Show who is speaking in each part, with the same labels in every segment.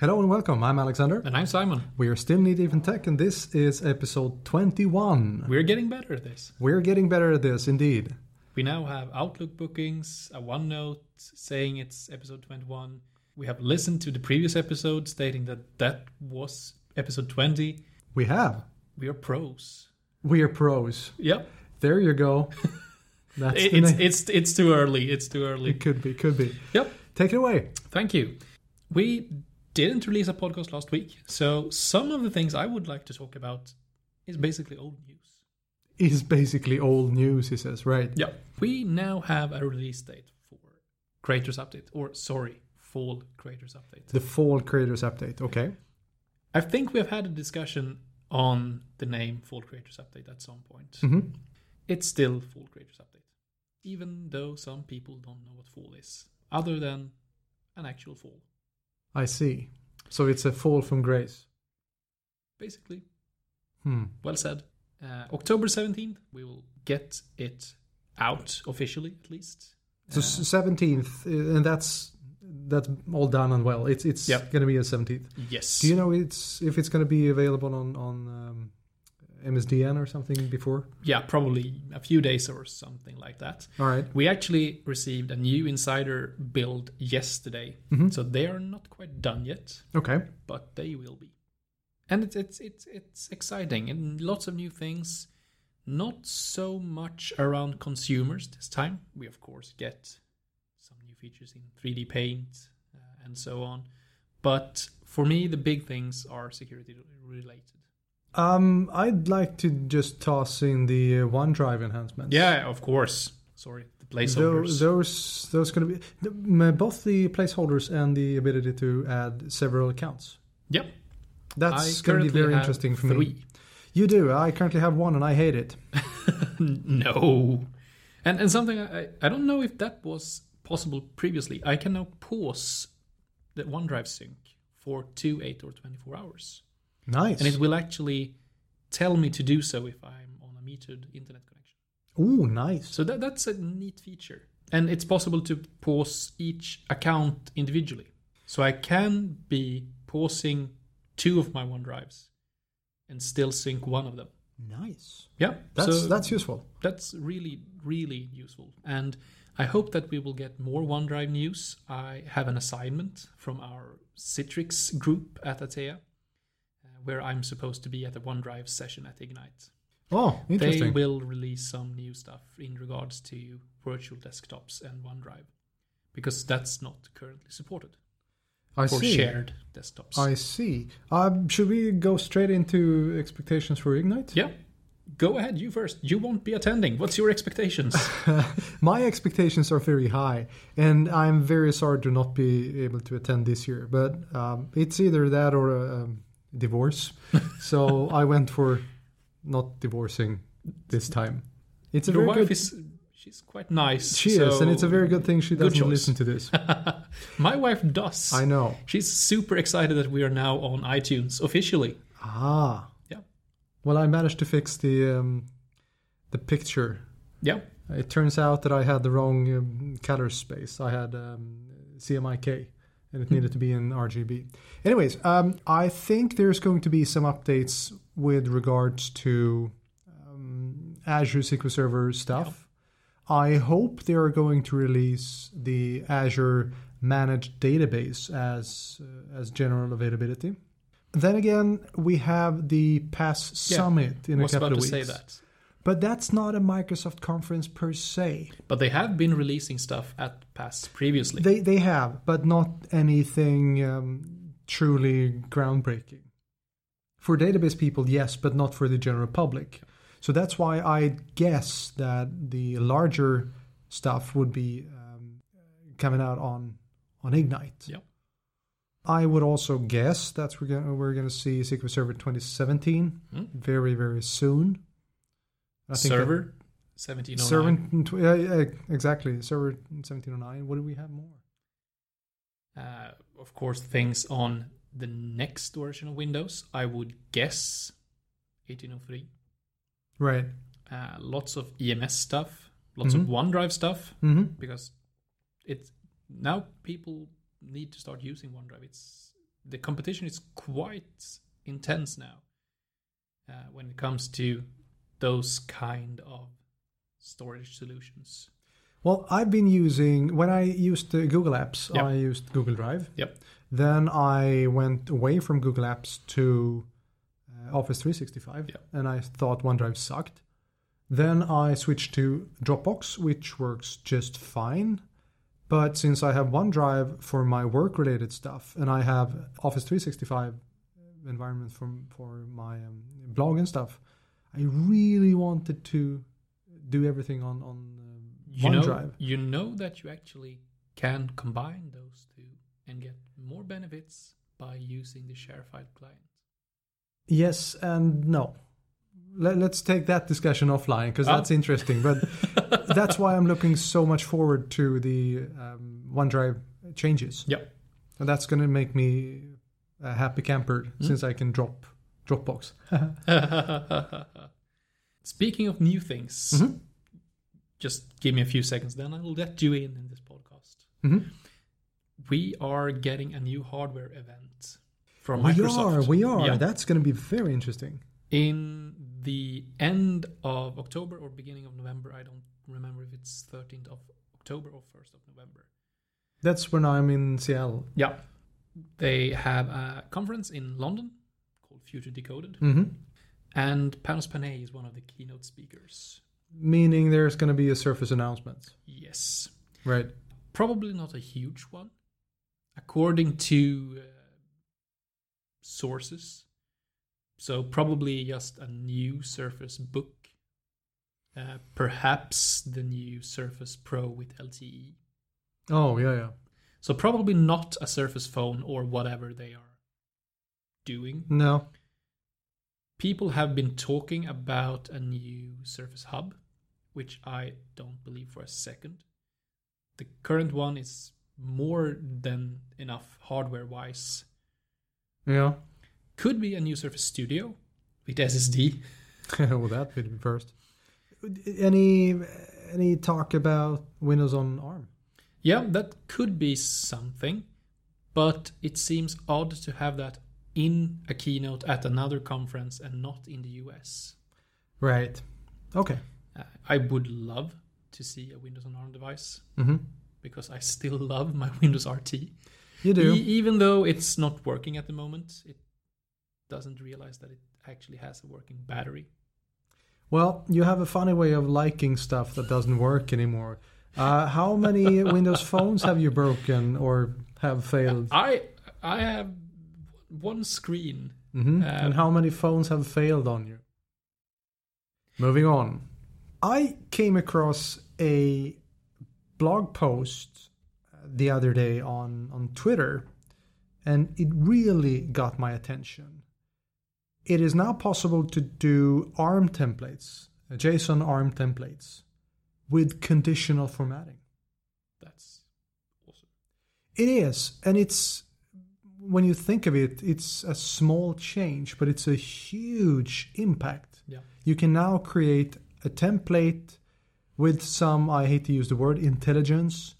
Speaker 1: Hello and welcome. I'm Alexander.
Speaker 2: And I'm Simon.
Speaker 1: We are still Need Even Tech, and this is episode 21.
Speaker 2: We're getting better at this.
Speaker 1: We're getting better at this, indeed.
Speaker 2: We now have Outlook bookings, a OneNote saying it's episode 21. We have listened to the previous episode stating that that was episode 20.
Speaker 1: We have.
Speaker 2: We are pros.
Speaker 1: We are pros.
Speaker 2: Yep.
Speaker 1: There you go. That's
Speaker 2: It-
Speaker 1: the
Speaker 2: It's,
Speaker 1: name. Mm.
Speaker 2: it's, it's too early. It's too
Speaker 1: It
Speaker 2: early.
Speaker 1: could be, could be.
Speaker 2: Yep.
Speaker 1: Take it away.
Speaker 2: Thank you. We didn't release a podcast last week. So some of the things I would like to talk about is basically old news.
Speaker 1: Is basically old news, he says, right?
Speaker 2: Yeah. We now have a release date for Creators Update, or sorry, Fall Creators Update.
Speaker 1: The Fall Creators Update. Okay.
Speaker 2: I think we've had a discussion on the name Fall Creators Update at some point.
Speaker 1: Mhm.
Speaker 2: It's still Fall Creators Update, even though some people don't know what fall is, other than an actual fall,
Speaker 1: I see. So it's a fall from grace.
Speaker 2: basically.
Speaker 1: Hmm.
Speaker 2: Well said. Uh, October 17th, we will get it out officially, at least.
Speaker 1: So seventeenth, and that's that's all done and well. It's it's
Speaker 2: Yep.
Speaker 1: going to be a seventeenth.
Speaker 2: Yes.
Speaker 1: Do you know it's if it's going to be available on on um, MSDN or something before?
Speaker 2: yeah, probably a few days or something like that.
Speaker 1: All right.
Speaker 2: We actually received a new insider build yesterday,
Speaker 1: Mm-hmm.
Speaker 2: so they are not quite done yet.
Speaker 1: Okay.
Speaker 2: but they will be. And it's it's it's it's exciting and lots of new things. Not so much around consumers this time. We of course get some new features in 3D Paint uh, and so on. But for me, the big things are security related.
Speaker 1: Um, I'd like to just toss in the uh, OneDrive enhancements.
Speaker 2: Yeah, of course. Sorry, the placeholders.
Speaker 1: Those, those those going to be the, m- both the placeholders and the ability to add several accounts.
Speaker 2: yep.
Speaker 1: That's going to
Speaker 2: I
Speaker 1: be
Speaker 2: currently
Speaker 1: very
Speaker 2: have
Speaker 1: interesting for me.
Speaker 2: three.
Speaker 1: You do. I currently have one and I hate it.
Speaker 2: no. And and something I, I don't know if that was possible previously. I can now pause the OneDrive sync for two, eight, or twenty-four hours,
Speaker 1: Nice.
Speaker 2: and it will actually tell me to do so if I'm on a metered internet connection.
Speaker 1: Ooh, nice.
Speaker 2: So that that's a neat feature, and it's possible to pause each account individually. So I can be pausing two of my OneDrives and still sync one of them.
Speaker 1: Nice.
Speaker 2: Yeah,
Speaker 1: That's
Speaker 2: so-
Speaker 1: that's useful.
Speaker 2: that's really really useful and i hope that we will get more onedrive news i have an assignment from our citrix group at atea uh, where i'm supposed to be at the onedrive session at ignite
Speaker 1: Oh,
Speaker 2: they
Speaker 1: interesting.
Speaker 2: will release some new stuff in regards to virtual desktops and onedrive because that's not currently supported
Speaker 1: I
Speaker 2: for
Speaker 1: see.
Speaker 2: shared desktops
Speaker 1: I see. Um, should we go straight into expectations for Ignite?
Speaker 2: yeah go ahead you first you won't be attending what's your expectations
Speaker 1: My expectations are very high, and I'm very sorry to not be able to attend this year. But um, it's either that or a um, divorce. so I went for not divorcing this time. It's a
Speaker 2: your
Speaker 1: very
Speaker 2: wife
Speaker 1: good.
Speaker 2: is she's quite nice
Speaker 1: she is, and it's a
Speaker 2: so-
Speaker 1: very good thing she
Speaker 2: good
Speaker 1: doesn't
Speaker 2: choice.
Speaker 1: listen to this.
Speaker 2: My wife does.
Speaker 1: I know.
Speaker 2: She's super excited that we are now on iTunes officially.
Speaker 1: Ah,
Speaker 2: Yeah.
Speaker 1: well, I managed to fix the um, the picture
Speaker 2: Yeah.
Speaker 1: It turns out that I had the wrong um, color space. I had um, CMYK, and
Speaker 2: Hmm.
Speaker 1: it needed to be in RGB. Anyways, um, I think there's going to be some updates with regards to um, Azure SQL Server stuff. I hope they are going to release the Azure Managed Database as uh, as general availability. Then again, we have the Pass
Speaker 2: Yeah,
Speaker 1: Summit in a
Speaker 2: I was
Speaker 1: couple
Speaker 2: about
Speaker 1: of
Speaker 2: to
Speaker 1: weeks.
Speaker 2: say that.
Speaker 1: But that's not a Microsoft conference per se.
Speaker 2: But they have been releasing stuff at past previously.
Speaker 1: They they have, but not anything um, truly groundbreaking. For database people, yes, but not for the general public. So that's why I guess that the larger stuff would be um, coming out on on Ignite.
Speaker 2: yeah.
Speaker 1: I would also guess that we're gonna we're gonna see SQL Server 2017
Speaker 2: Hmm.
Speaker 1: very very soon. I think that-
Speaker 2: Server 1709.
Speaker 1: Server, tw- yeah, yeah, exactly. Server 1709. What do we have more?
Speaker 2: Uh, of course, things on the next version of Windows, I would guess 1803.
Speaker 1: Right.
Speaker 2: Uh, lots of EMS stuff, lots
Speaker 1: Mm-hmm.
Speaker 2: of OneDrive stuff,
Speaker 1: hmm
Speaker 2: because it's now people need to start using OneDrive. It's the competition is quite intense now uh, when it comes to those kind of storage solutions.
Speaker 1: Well, I've been using when I used uh, Google Apps,
Speaker 2: Yep.
Speaker 1: I used Google Drive.
Speaker 2: Yep.
Speaker 1: Then I went away from Google Apps to uh, Office 365,
Speaker 2: Yep.
Speaker 1: and I thought OneDrive sucked. Then I switched to Dropbox, which works just fine. But since I have OneDrive for my work-related stuff, and I have Office 365 environment for for my um, blog and stuff, I really wanted to do everything on on
Speaker 2: You
Speaker 1: um
Speaker 2: know,
Speaker 1: OneDrive.
Speaker 2: you know that you actually can combine those two and get more benefits by using the share file client.
Speaker 1: Yes and no. Let, let's take that discussion offline because
Speaker 2: Ah.
Speaker 1: that's interesting. But that's why I'm looking so much forward to the um, OneDrive changes,
Speaker 2: Yep.
Speaker 1: and that's going to make me a happy camper
Speaker 2: Hmm?
Speaker 1: since I can drop Dropbox.
Speaker 2: Speaking of new things,
Speaker 1: Mhm.
Speaker 2: just give me a few seconds, then I'll let you in in this podcast.
Speaker 1: Mhm.
Speaker 2: We are getting a new hardware event from
Speaker 1: We are,
Speaker 2: Microsoft.
Speaker 1: we are.
Speaker 2: Yeah.
Speaker 1: That's going to be very interesting.
Speaker 2: in the end of October or beginning of November. I don't remember if it's 13th of October or 1st of November.
Speaker 1: That's when I'm in Seattle.
Speaker 2: Yeah. They have a conference in London called Future Decoded,
Speaker 1: hmm
Speaker 2: and Panos Panay is one of the keynote speakers.
Speaker 1: Meaning there's going to be a Surface announcement,
Speaker 2: Yes.
Speaker 1: right?
Speaker 2: probably not a huge one. According to uh, sources, so probably just a new Surface Book, uh, perhaps the new Surface Pro with LTE.
Speaker 1: Oh yeah, yeah.
Speaker 2: So probably not a Surface Phone or whatever they are doing.
Speaker 1: No,
Speaker 2: People have been talking about a new Surface Hub, which I don't believe for a second. The current one is more than enough hardware wise.
Speaker 1: yeah.
Speaker 2: Could be a new Surface Studio with SSD.
Speaker 1: well, that would be first. Any any talk about Windows on ARM?
Speaker 2: Yeah, that could be something, but it seems odd to have that in a keynote at another conference and not in the US.
Speaker 1: Right. Okay.
Speaker 2: Uh, I would love to see a Windows on ARM device
Speaker 1: hmm
Speaker 2: because I still love my Windows RT.
Speaker 1: You
Speaker 2: E-
Speaker 1: do.
Speaker 2: even though it's not working at the moment, it doesn't realize that it actually has a working battery.
Speaker 1: Well, you have a funny way of liking stuff that doesn't work anymore. Uh, how many Windows phones have you broken or have failed?
Speaker 2: I I have one screen.
Speaker 1: hmm
Speaker 2: Uh,
Speaker 1: and how many phones have failed on you? Moving on. I came across a blog post uh, the other day on, on Twitter, and it really got my attention. It is now possible to do ARM templates, uh, JSON ARM templates, with conditional formatting.
Speaker 2: That's awesome.
Speaker 1: It is, and it's when you think of it, it's a small change, but it's a huge impact.
Speaker 2: Yeah.
Speaker 1: You can now create a template with some I hate to use the word intelligence,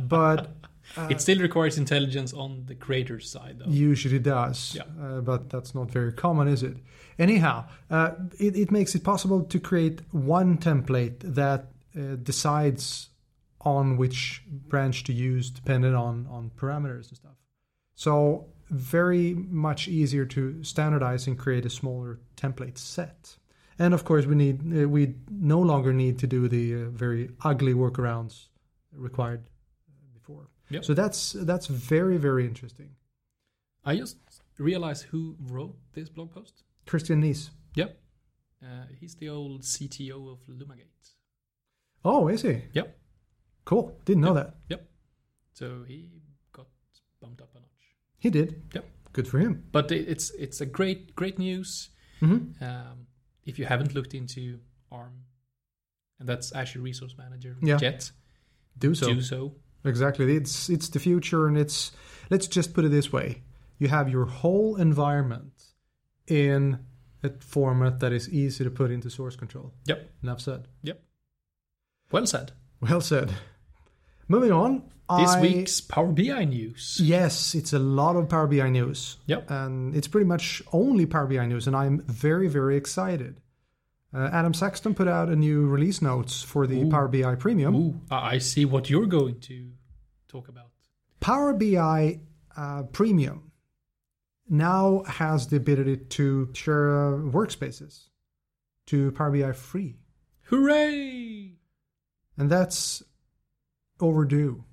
Speaker 1: but
Speaker 2: it still requires intelligence on the creator's side, though.
Speaker 1: usually does.
Speaker 2: Yeah.
Speaker 1: Uh, but that's not very common, is it? Anyhow, uh, it, it makes it possible to create one template that uh, decides on which branch to use depending on, on parameters and stuff. So, very much easier to standardize and create a smaller template set. And of course, we need uh, we no longer need to do the uh, very ugly workarounds required before.
Speaker 2: Yep.
Speaker 1: So that's that's very very interesting.
Speaker 2: I just realized who wrote this blog post.
Speaker 1: Christian Nice.
Speaker 2: Yep. Uh, he's the old CTO of Lumagate.
Speaker 1: Oh, is he?
Speaker 2: Yep.
Speaker 1: Cool. Didn't know that.
Speaker 2: So he got bumped up a notch.
Speaker 1: He did.
Speaker 2: Yep.
Speaker 1: Good for him.
Speaker 2: But it, it's it's a great great news.
Speaker 1: hmm
Speaker 2: um, if you haven't looked into ARM, and that's Azure Resource Manager
Speaker 1: Yeah.
Speaker 2: yet,
Speaker 1: Do so.
Speaker 2: do so.
Speaker 1: Exactly. It's it's the future, and it's let's just put it this way: you have your whole environment in a format that is easy to put into source control.
Speaker 2: Yep.
Speaker 1: Enough said.
Speaker 2: Well said.
Speaker 1: Well said. Moving on.
Speaker 2: This
Speaker 1: I-
Speaker 2: week's Power BI news.
Speaker 1: Yes, it's a lot of Power BI news.
Speaker 2: Yep.
Speaker 1: And it's pretty much only Power BI news, and I'm very, very excited. Uh, Adam Saxton put out a new release notes for the Power BI Premium.
Speaker 2: Ooh, I I see what you're going to talk about.
Speaker 1: Power BI uh, Premium now has the ability to share uh, workspaces to Power BI free,
Speaker 2: Hooray!
Speaker 1: and that's overdue.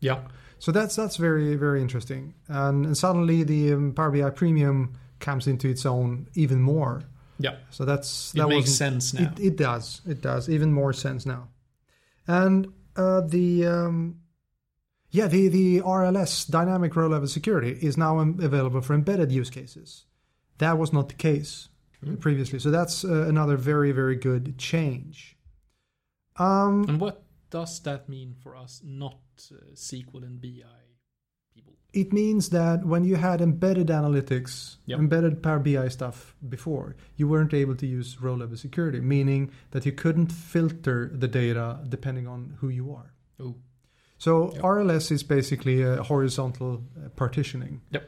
Speaker 2: Yeah.
Speaker 1: So that's that's very very interesting, and, and suddenly the um, Power BI Premium comes into its own even more.
Speaker 2: Yeah.
Speaker 1: So that's
Speaker 2: It
Speaker 1: that
Speaker 2: makes
Speaker 1: wasn't-
Speaker 2: sense now.
Speaker 1: It, it does. It does even more sense now. And uh, the um, yeah, the the RLS dynamic row level security is now um, available for embedded use cases. That was not the case previously. So that's uh, another very very good change. Um,
Speaker 2: And what does that mean for us not uh, SQL and BI people?
Speaker 1: it means that when you had embedded analytics,
Speaker 2: Yep.
Speaker 1: embedded Power BI stuff before, you weren't able to use row level security, meaning that you couldn't filter the data depending on who you are.
Speaker 2: Oh,
Speaker 1: So RLS is basically a horizontal uh, partitioning.
Speaker 2: Yep.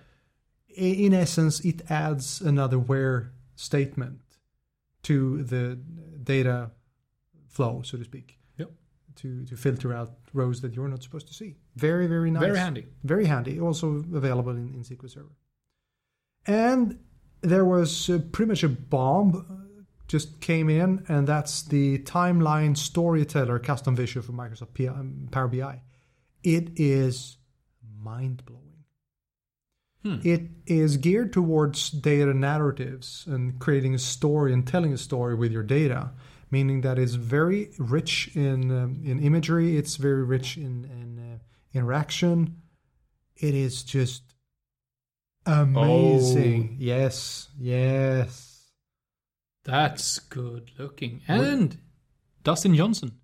Speaker 1: I- In essence, it adds another where statement to the data flow, so to speak.
Speaker 2: Yep.
Speaker 1: To, to filter out rows that you're not supposed to see. Very, very nice.
Speaker 2: very handy.
Speaker 1: Very handy. Also available in, in SQL Server. And there was uh, pretty much a bomb uh, just came in, and that's the timeline storyteller custom visual for Microsoft P- um, Power BI. It is mind blowing.
Speaker 2: Hmm.
Speaker 1: It is geared towards data narratives and creating a story and telling a story with your data, meaning that it's very rich in um, in imagery. It's very rich in in uh, interaction. It is just amazing. Yes, yes.
Speaker 2: That's good looking. And Dustin Johnson.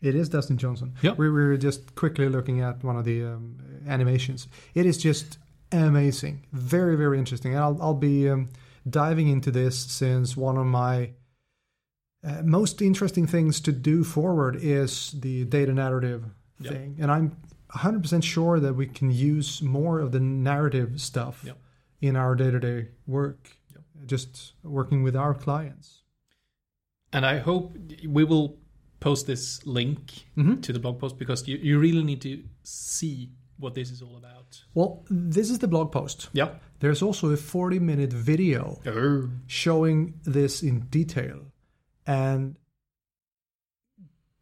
Speaker 1: It is Dustin Johnson.
Speaker 2: Yep.
Speaker 1: We were just quickly looking at one of the um, animations. It is just amazing, very very interesting. And I'll I'll be um, diving into this since one of my uh, most interesting things to do forward is the data narrative
Speaker 2: Yep.
Speaker 1: thing, and I'm 100% sure that we can use more of the narrative stuff
Speaker 2: Yep.
Speaker 1: in our day to day work,
Speaker 2: Yep.
Speaker 1: just working with our clients.
Speaker 2: And I hope we will post this link
Speaker 1: Mhm.
Speaker 2: to the blog post because you, you really need to see what this is all about.
Speaker 1: Well, this is the blog post.
Speaker 2: Yeah.
Speaker 1: There's also a 40 minute video
Speaker 2: Oh.
Speaker 1: showing this in detail. And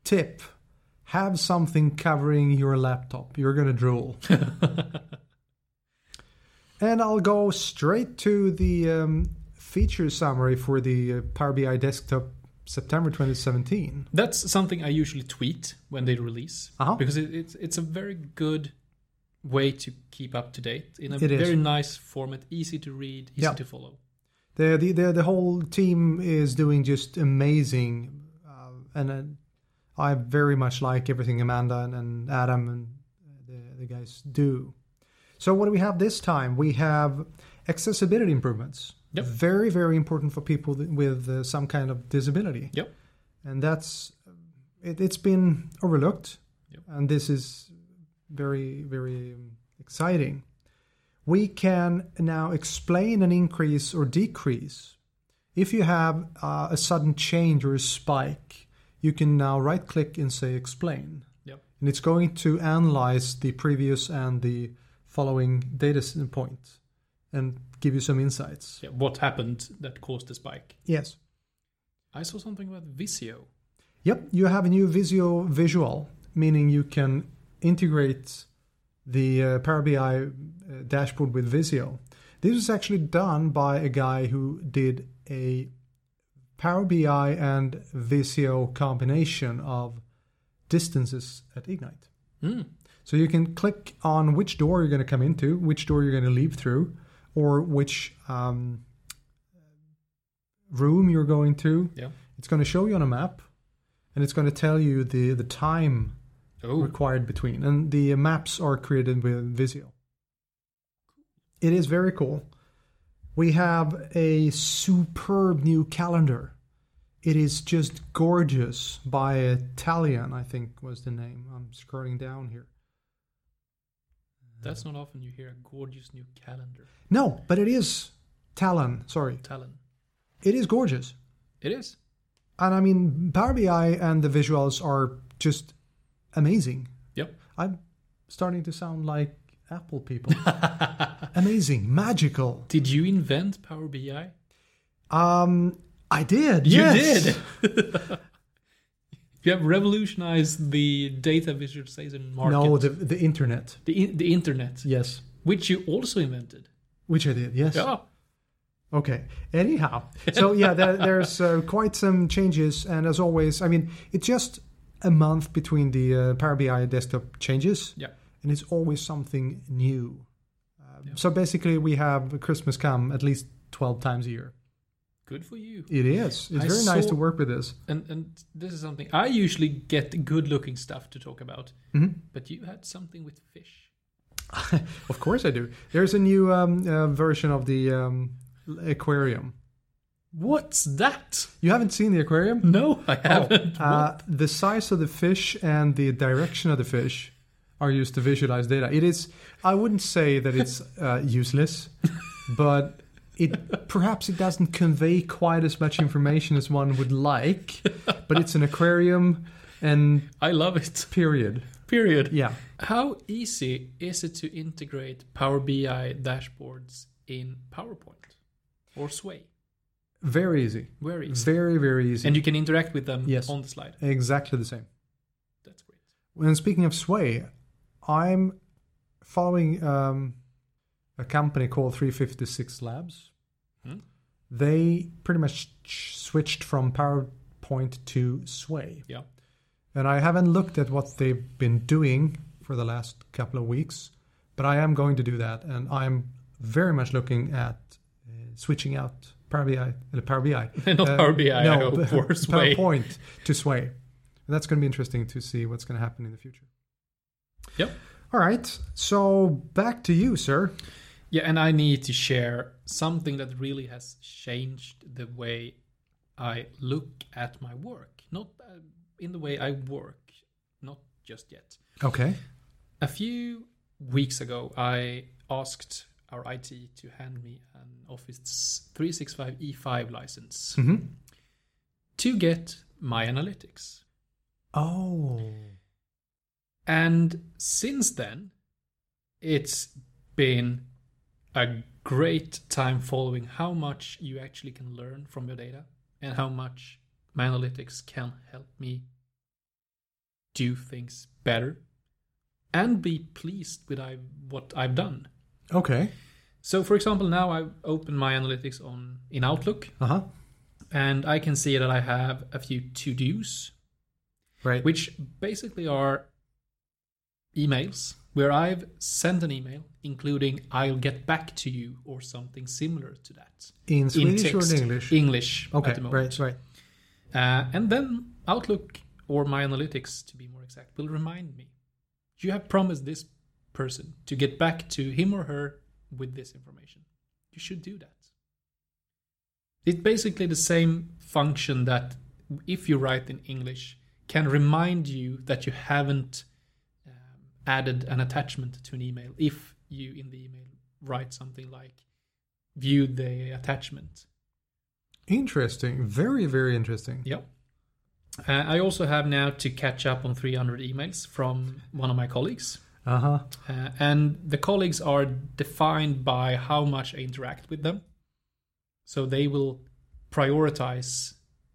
Speaker 1: tip have something covering your laptop. You're going to drool. and I'll go straight to the um, feature summary for the uh, Power BI desktop September 2017.
Speaker 2: That's something I usually tweet when they release
Speaker 1: Uh-huh.
Speaker 2: because it, it's it's a very good way to keep up to date in a
Speaker 1: It is.
Speaker 2: very nice format, easy to read, easy
Speaker 1: Yeah.
Speaker 2: to follow.
Speaker 1: The, the, the, the whole team is doing just amazing. Uh, and uh, I very much like everything Amanda and, and Adam and the, the guys do. So, what do we have this time? We have accessibility improvements.
Speaker 2: Yep.
Speaker 1: Very, very important for people th- with uh, some kind of disability.
Speaker 2: Yep.
Speaker 1: And that's, uh, it, it's been overlooked.
Speaker 2: Yep.
Speaker 1: And this is very, very um, exciting. We can now explain an increase or decrease. If you have uh, a sudden change or a spike, you can now right click and say explain.
Speaker 2: Yep.
Speaker 1: And it's going to analyze the previous and the following data s- point and give you some insights.
Speaker 2: Yeah, what happened that caused the spike?
Speaker 1: Yes.
Speaker 2: I saw something about Visio.
Speaker 1: Yep, you have a new Visio visual, meaning you can integrate the uh, Power BI uh, dashboard with Visio. This was actually done by a guy who did a Power BI and Visio combination of distances at Ignite.
Speaker 2: Hmm.
Speaker 1: So you can click on which door you're going to come into, which door you're going to leave through, or which um, room you're going to.
Speaker 2: Yeah.
Speaker 1: It's going to show you on a map, and it's going to tell you the the time
Speaker 2: Oh,
Speaker 1: required between. And the maps are created with Visio. It is very cool. We have a superb new calendar. It is just gorgeous by Italian, I think was the name. I'm scrolling down here.
Speaker 2: That's not often you hear a gorgeous new calendar.
Speaker 1: No, but it is Talon. Sorry.
Speaker 2: Talon.
Speaker 1: It is gorgeous.
Speaker 2: It is.
Speaker 1: And I mean, Power BI and the visuals are just amazing.
Speaker 2: Yep.
Speaker 1: I'm starting to sound like Apple people. amazing, magical.
Speaker 2: Did you invent Power BI?
Speaker 1: Um, I did.
Speaker 2: You
Speaker 1: yes.
Speaker 2: did. you have revolutionized the data visualization market.
Speaker 1: No, the, the internet.
Speaker 2: the, in- the internet,
Speaker 1: Yes.
Speaker 2: which you also invented.
Speaker 1: Which I did. Yes.
Speaker 2: Yeah.
Speaker 1: Okay. Anyhow, so yeah, there, there's uh, quite some changes, and as always, I mean, it's just a month between the uh, Power BI desktop changes,
Speaker 2: Yeah.
Speaker 1: and it's always something new. Uh, So basically, we have Christmas come at least twelve times a year.
Speaker 2: Good for you.
Speaker 1: It is. It's
Speaker 2: I
Speaker 1: very nice
Speaker 2: saw-
Speaker 1: to work with this.
Speaker 2: And and this is something I usually get good looking stuff to talk about. But you had something with fish.
Speaker 1: Of course, I do. There's a new um, uh, version of the um, aquarium.
Speaker 2: What's that? Oh.
Speaker 1: You haven't seen the aquarium?
Speaker 2: No, I haven't.
Speaker 1: Uh, the size of the fish and the direction of the fish are used to visualize data. It is, I wouldn't say that it's uh, useless, but it perhaps it doesn't convey quite as much information as one would like. But it's an aquarium, and
Speaker 2: I love it.
Speaker 1: period.
Speaker 2: Period.
Speaker 1: Yeah,
Speaker 2: How easy is it to integrate Power BI dashboards in PowerPoint or Sway?
Speaker 1: very easy,
Speaker 2: Where is
Speaker 1: very very easy,
Speaker 2: and you can interact with them
Speaker 1: Yes.
Speaker 2: on the slide.
Speaker 1: exactly the same.
Speaker 2: That's great.
Speaker 1: And speaking of Sway, I'm following um, a company called 356 Labs.
Speaker 2: Hmm.
Speaker 1: They pretty much ch- switched from PowerPoint to Sway.
Speaker 2: Yeah.
Speaker 1: And I haven't looked at what they've been doing for the last couple of weeks, but I am going to do that. And I'm very much looking at uh, switching out Power BI, uh, Power BI.
Speaker 2: Not
Speaker 1: Uh,
Speaker 2: Power BI, I
Speaker 1: no,
Speaker 2: hope, or Sway.
Speaker 1: PowerPoint to Sway. And that's going to be interesting to see what's going to happen in the future.
Speaker 2: Yep.
Speaker 1: All right. So back to you, sir.
Speaker 2: Yeah, and I need to share something that really has changed the way I look at my work. Not uh, in the way I work, not just yet.
Speaker 1: Okay.
Speaker 2: A few weeks ago, I asked our IT to hand me an Office 365 E5 E license
Speaker 1: hmm
Speaker 2: to get my analytics.
Speaker 1: Oh.
Speaker 2: And since then, it's been a great time following how much you actually can learn from your data and how much my analytics can help me do things better and be pleased with I, what I've done.
Speaker 1: Okay.
Speaker 2: So, for example, now I open my analytics on in Outlook,
Speaker 1: Uh huh.
Speaker 2: and I can see that I have a few to dos
Speaker 1: Right.
Speaker 2: which basically are emails where I've sent an email including I'll get back to you or something similar to that.
Speaker 1: in Swedish
Speaker 2: text.
Speaker 1: or in English?
Speaker 2: English.
Speaker 1: okay.
Speaker 2: At the
Speaker 1: Right.
Speaker 2: moment.
Speaker 1: Right.
Speaker 2: Uh, and then Outlook or my analytics, to be more exact, will remind me you have promised this person to get back to him or her with this information. You should do that. It's basically the same function that, if you write in English, can remind you that you haven't um, added an attachment to an email if you in the email write something like view the attachment
Speaker 1: Interesting. Very very interesting.
Speaker 2: Yep. Uh, I also have now to catch up on 300 emails from one of my colleagues.
Speaker 1: Uh huh.
Speaker 2: Uh, and the colleagues are defined by how much I interact with them. So they will prioritize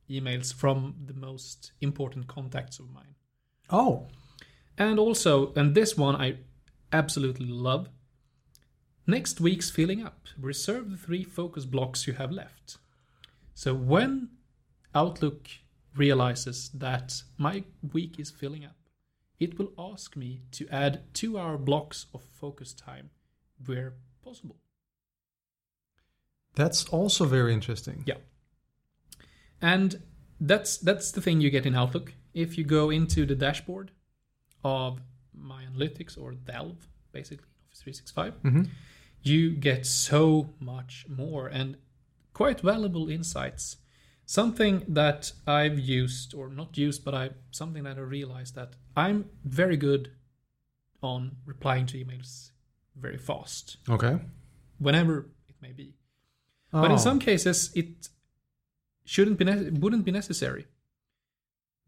Speaker 2: emails from the most important contacts of mine.
Speaker 1: Oh.
Speaker 2: And also, and this one I absolutely love. Next week's filling up. Reserve the three focus blocks you have left. So when Outlook realizes that my week is filling up, it will ask me to add two hour blocks of focus time where possible.
Speaker 1: That's also very interesting.
Speaker 2: Yeah. And that's that's the thing you get in Outlook. If you go into the dashboard of My Analytics or Delve, basically Office 365,
Speaker 1: Mhm.
Speaker 2: you get so much more and quite valuable insights Something that I've used, or not used, but I something that I realized that I'm very good on replying to emails very fast,
Speaker 1: Okay.
Speaker 2: whenever it may be. But
Speaker 1: Oh.
Speaker 2: in some cases, it shouldn't be ne- wouldn't be necessary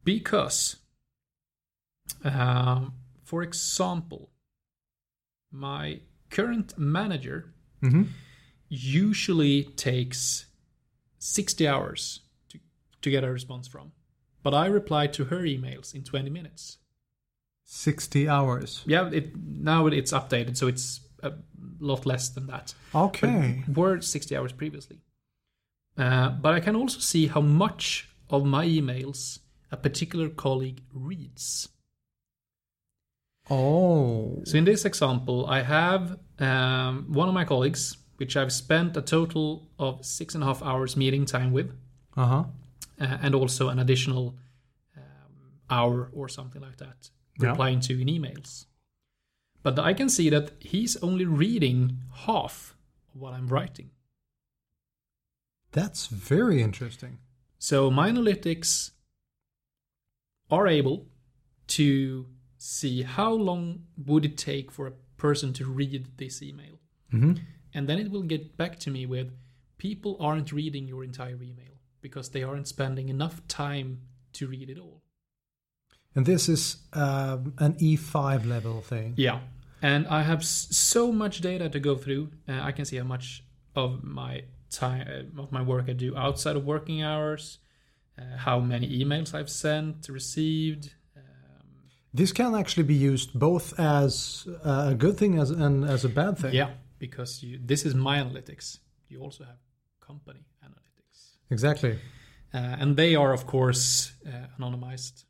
Speaker 2: because, um, for example, my current manager
Speaker 1: hmm
Speaker 2: usually takes sixty hours to to get a response from, but I reply to her emails in twenty minutes.
Speaker 1: 60 hours.
Speaker 2: Yeah, it now it- it's updated, so it's a lot less than that. but
Speaker 1: Okay.
Speaker 2: were 60 hours previously. Uh, but I can also see how much of my emails a particular colleague reads.
Speaker 1: Oh.
Speaker 2: So in this example, I have um, one of my colleagues, which I've spent a total of six and a half hours meeting time with,
Speaker 1: Uh huh.
Speaker 2: uh, and also an additional um, hour or something like that
Speaker 1: Yeah.
Speaker 2: replying to in emails. But I can see that he's only reading half of what I'm writing.
Speaker 1: That's very interesting.
Speaker 2: So my analytics are able to see how long would it take for a person to read this email.
Speaker 1: Mm-hmm.
Speaker 2: And then it will get back to me with people aren't reading your entire email because they aren't spending enough time to read it all.
Speaker 1: And this is um, an E5 level thing.
Speaker 2: Yeah. And I have s- so much data to go through. Uh, I can see how much of my time, uh, of my work I do outside of working hours, uh, how many emails I've sent, received. Um,
Speaker 1: This can actually be used both as uh, a good thing as and as a bad thing.
Speaker 2: yeah, because you, this is my analytics. You also have company analytics.
Speaker 1: Exactly.
Speaker 2: Uh, and they are, of course, uh, anonymized.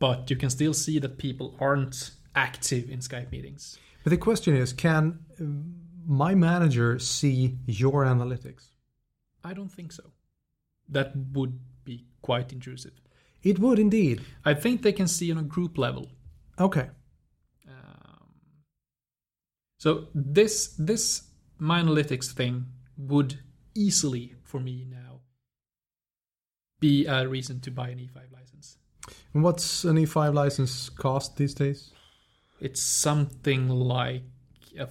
Speaker 2: But you can still see that people aren't active in Skype meetings.
Speaker 1: But the question is, can um, my manager see your analytics?
Speaker 2: I don't think so. That would be quite intrusive.
Speaker 1: It would indeed.
Speaker 2: I think they can see on a group level.
Speaker 1: Okay.
Speaker 2: Um, so this this my analytics thing would easily for me now be a reason to buy an E5 license.
Speaker 1: And what's an E5 license cost these days?
Speaker 2: It's something like a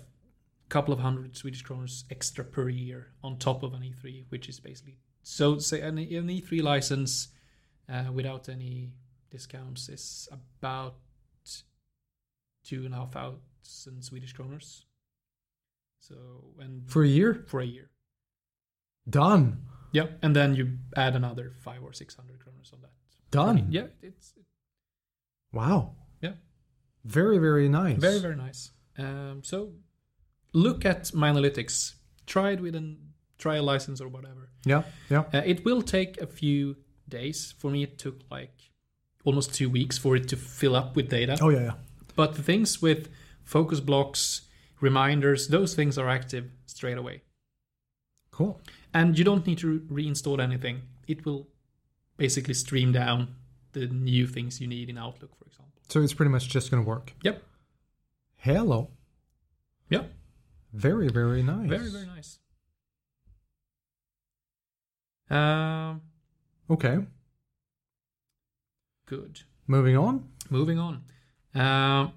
Speaker 2: couple of hundred Swedish kroners extra per year on top of an E3, which is basically so say an, an E3 license uh, without any discounts is about two and a half thousand Swedish kroners. So and
Speaker 1: For a year?
Speaker 2: for a year,
Speaker 1: Done.
Speaker 2: yeah, and then you add another five or six hundred kroners on that.
Speaker 1: Done.
Speaker 2: Yeah, it's
Speaker 1: Wow.
Speaker 2: yeah.
Speaker 1: Very, very nice.
Speaker 2: Very, very nice. Um, so look at my analytics. Try it with an trial license or whatever.
Speaker 1: Yeah, yeah.
Speaker 2: Uh, it will take a few days. For me, it took like almost two weeks for it to fill up with data.
Speaker 1: Oh, yeah, yeah.
Speaker 2: But the things with focus blocks, reminders, those things are active straight away.
Speaker 1: Cool.
Speaker 2: And you don't need to re- reinstall anything. It will basically stream down the new things you need in Outlook, for example.
Speaker 1: So it's pretty much just going to work.
Speaker 2: Yep.
Speaker 1: Hello.
Speaker 2: Yep.
Speaker 1: Very, very nice.
Speaker 2: Very, very nice. Um,
Speaker 1: Okay.
Speaker 2: good.
Speaker 1: Moving on.
Speaker 2: Moving on. Um,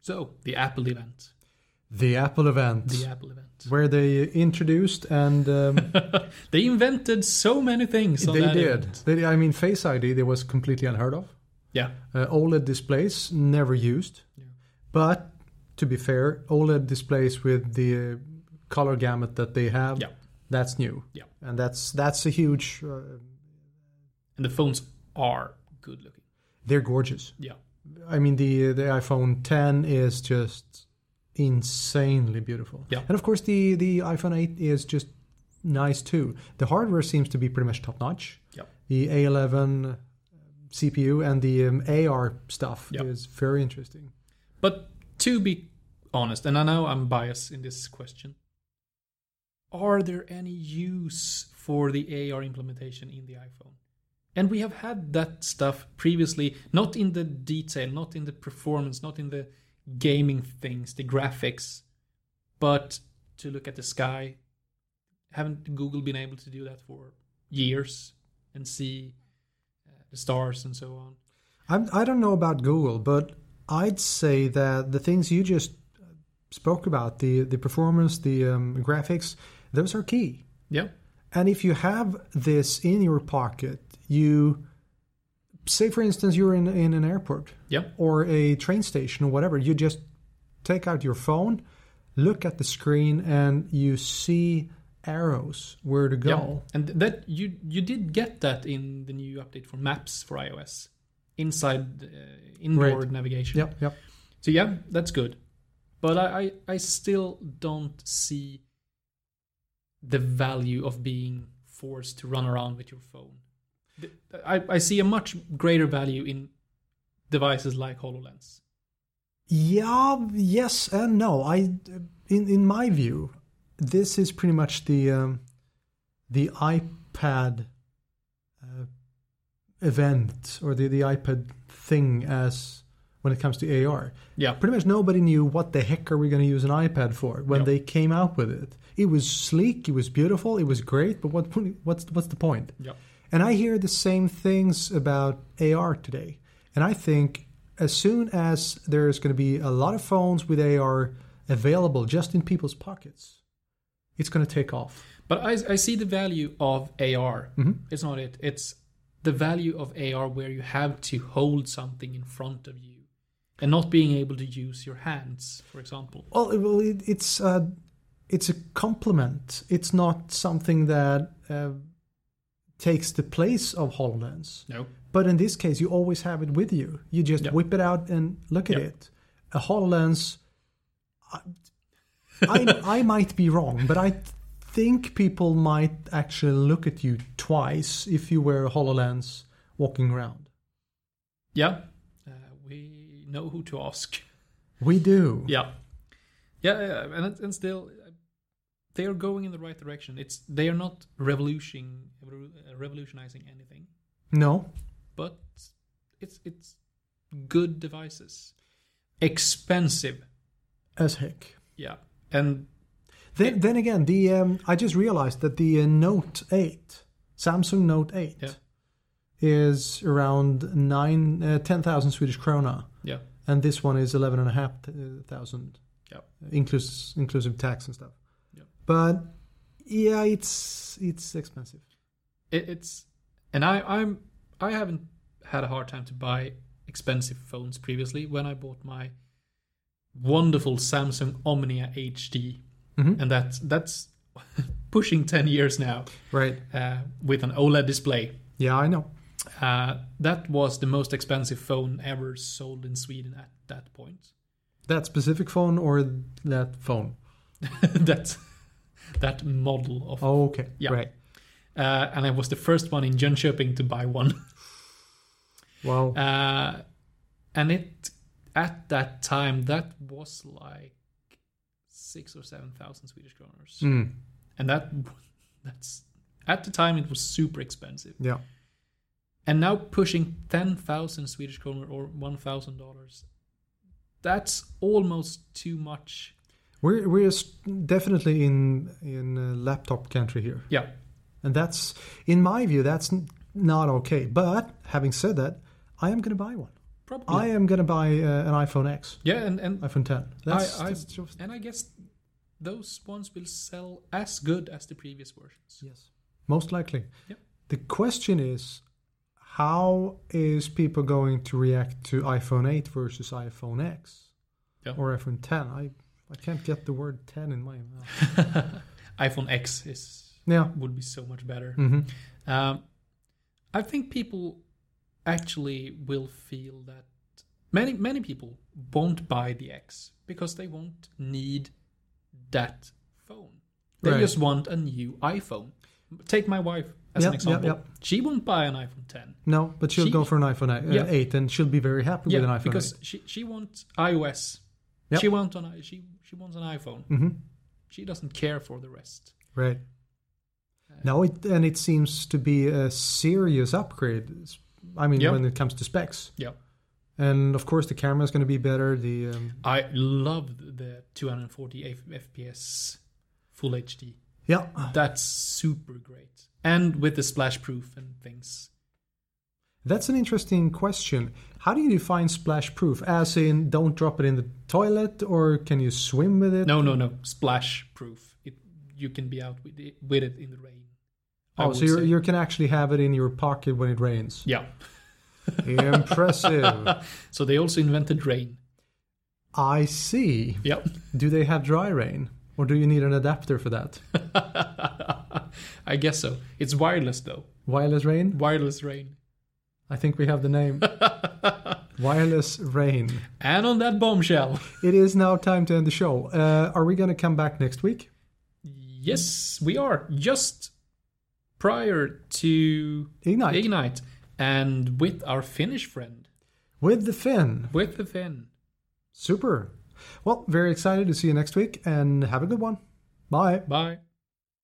Speaker 2: so the Apple event.
Speaker 1: The Apple event,
Speaker 2: The Apple event.
Speaker 1: where they introduced and um,
Speaker 2: They invented so many things. On
Speaker 1: they
Speaker 2: that
Speaker 1: did.
Speaker 2: event.
Speaker 1: They, I mean, Face ID, that was completely unheard of.
Speaker 2: Yeah.
Speaker 1: Uh, OLED displays, never used.
Speaker 2: Yeah.
Speaker 1: But to be fair, OLED displays with the uh, color gamut that they have,
Speaker 2: Yeah.
Speaker 1: that's new.
Speaker 2: Yeah.
Speaker 1: And that's that's a huge. Uh,
Speaker 2: And the phones are good looking.
Speaker 1: they're gorgeous.
Speaker 2: Yeah.
Speaker 1: I mean, the the iPhone 10 is just insanely beautiful.
Speaker 2: Yeah.
Speaker 1: And of course, the the iPhone 8 is just nice too. The hardware seems to be pretty much top notch.
Speaker 2: Yeah.
Speaker 1: The uh, A11 CPU and the um, AR stuff
Speaker 2: Yeah.
Speaker 1: is very interesting.
Speaker 2: But to be honest, and I know I'm biased in this question, are there any use for the AR implementation in the iPhone? And we have had that stuff previously, not in the detail, not in the performance, not in the gaming things, the graphics, but to look at the sky haven't Google been able to do that for years and see uh, the stars and so on?
Speaker 1: I'm, I don't know about Google, but I'd say that the things you just uh, spoke about the the performance, the um, graphics, those are key.
Speaker 2: Yeah.
Speaker 1: And if you have this in your pocket, you say, for instance, you're in, in an airport
Speaker 2: Yeah.
Speaker 1: or a train station or whatever, you just take out your phone, look at the screen, and you see arrows where to
Speaker 2: Yeah.
Speaker 1: go.
Speaker 2: And that you you did get that in the new update for Maps for iOS, inside uh, indoor
Speaker 1: Right.
Speaker 2: navigation.
Speaker 1: Yep, yep.
Speaker 2: So yeah, that's good. But I, I, I still don't see the value of being forced to run around with your phone. The- I, I see a much greater value in devices like HoloLens.
Speaker 1: Yeah, yes and no. I, in in my view, this is pretty much the um, the iPad uh, event or the the iPad thing as when it comes to AR.
Speaker 2: Yeah.
Speaker 1: Pretty much nobody knew what the heck are we going to use an iPad for when
Speaker 2: Yeah.
Speaker 1: they came out with it. It was sleek, it was beautiful, it was great, but what what's what's the point?
Speaker 2: Yeah.
Speaker 1: And I hear the same things about AR today. And I think as soon as there's going to be a lot of phones with AR available just in people's pockets, it's going to take off.
Speaker 2: But I, I see the value of AR. It's not it. It's the value of AR where you have to hold something in front of you and not being able to use your hands, for example.
Speaker 1: Well, it, well, it, it's uh, it's a complement. It's not something that uh, takes the place of Hololens.
Speaker 2: No.
Speaker 1: But in this case, you always have it with you. You just
Speaker 2: Yeah.
Speaker 1: whip it out and look at
Speaker 2: Yeah.
Speaker 1: it. A Hololens. I, I, I might be wrong, but I think people might actually look at you twice if you wear a Hololens walking around.
Speaker 2: Yeah. Uh, we know who to ask.
Speaker 1: We do.
Speaker 2: Yeah, yeah, yeah, and it's- and still, uh, they are going in the right direction. It's they are not revolution revolu- uh, revolutionizing anything,
Speaker 1: No,
Speaker 2: but it's it's good devices, expensive,
Speaker 1: as heck.
Speaker 2: yeah, and
Speaker 1: Then, then again, the um, I just realized that the uh, Note 8, Samsung Note 8,
Speaker 2: Yeah.
Speaker 1: is around nine uh, 10,000 Swedish krona.
Speaker 2: yeah,
Speaker 1: and this one is eleven and a half uh, thousand,
Speaker 2: Yep.
Speaker 1: inclusive inclusive tax and stuff.
Speaker 2: Yep.
Speaker 1: But yeah, it's it's expensive.
Speaker 2: it, it's and I I'm I haven't had a hard time to buy expensive phones previously. When I bought my wonderful Samsung Omnia HD,
Speaker 1: Mhm.
Speaker 2: and that's that's pushing ten years now.
Speaker 1: Right.
Speaker 2: uh, with an OLED display.
Speaker 1: Yeah, I know.
Speaker 2: Uh, that was the most expensive phone ever sold in Sweden at that point.
Speaker 1: That specific phone or that phone?
Speaker 2: that that model of,
Speaker 1: Oh, okay.
Speaker 2: Yeah.
Speaker 1: Right.
Speaker 2: uh, and I was the first one in Jönköping to buy one.
Speaker 1: Wow.
Speaker 2: Uh, and it at that time that was like six or seven thousand Swedish kroners,
Speaker 1: Mm,
Speaker 2: and that that's at the time it was super expensive.
Speaker 1: yeah.
Speaker 2: and now pushing 10,000 Swedish kroner or $1,000. That's almost too much.
Speaker 1: We're we're s- definitely in in uh, laptop country here,
Speaker 2: Yeah.
Speaker 1: and that's in my view that's n- not okay. But having said that, I am going to buy one.
Speaker 2: Probably.
Speaker 1: I am going to buy uh, an iPhone X,
Speaker 2: yeah, and and
Speaker 1: iPhone 10. That's,
Speaker 2: I-
Speaker 1: that's just
Speaker 2: and I guess those ones will sell as good as the previous versions.
Speaker 1: Yes, most likely.
Speaker 2: Yep.
Speaker 1: The question is, how is people going to react to iPhone 8 versus iPhone X
Speaker 2: Yeah.
Speaker 1: or iPhone 10? I I can't get the word 10 in my mouth. Mm.
Speaker 2: iPhone X is
Speaker 1: Yeah.
Speaker 2: would be so much better.
Speaker 1: hmm
Speaker 2: Um, I think people actually will feel that many many people won't buy the X because they won't need that phone. They
Speaker 1: Right.
Speaker 2: just want a new iPhone. Take my wife as
Speaker 1: Yep,
Speaker 2: an
Speaker 1: yep,
Speaker 2: example.
Speaker 1: yep.
Speaker 2: She won't buy an iPhone 10.
Speaker 1: No, but she'll
Speaker 2: She-
Speaker 1: go for an iPhone uh,
Speaker 2: Yeah.
Speaker 1: 8 and she'll be very happy with an
Speaker 2: Yeah,
Speaker 1: iPhone
Speaker 2: because
Speaker 1: 8.
Speaker 2: she she wants iOS.
Speaker 1: Yep.
Speaker 2: She wants an i- she she wants an iPhone.
Speaker 1: Mhm.
Speaker 2: She doesn't care for the rest.
Speaker 1: Right.
Speaker 2: Uh,
Speaker 1: Now, it, and it seems to be a serious upgrade. It's- I mean,
Speaker 2: Yeah.
Speaker 1: when it comes to specs.
Speaker 2: Yeah.
Speaker 1: And of course, the camera is going to be better. The um,
Speaker 2: I love the 240 F- FPS full HD.
Speaker 1: Yeah.
Speaker 2: That's super great. And with the splash proof and things.
Speaker 1: That's an interesting question. How do you define splash proof? As in, don't drop it in the toilet, or can you swim with it?
Speaker 2: No, no, no. Splash proof. It you can be out with it, with it in the rain. I
Speaker 1: Oh,
Speaker 2: would
Speaker 1: so you
Speaker 2: say.
Speaker 1: you can actually have it in your pocket when it rains.
Speaker 2: yeah.
Speaker 1: Impressive.
Speaker 2: So they also invented rain.
Speaker 1: I see.
Speaker 2: Yeah.
Speaker 1: Do they have dry rain, or do you need an adapter for that?
Speaker 2: I guess so. It's wireless though.
Speaker 1: Wireless rain.
Speaker 2: Wireless rain.
Speaker 1: I think we have the name. Wireless rain.
Speaker 2: And on that bombshell.
Speaker 1: It is now time to end the show. Uh, are we going to come back next week?
Speaker 2: Yes, we are. Just prior to
Speaker 1: Ignite
Speaker 2: Ignite. And with our Finnish friend.
Speaker 1: with the Finn.
Speaker 2: With the Finn.
Speaker 1: Super. Well, very excited to see you next week, and have a good one. Bye.
Speaker 2: Bye.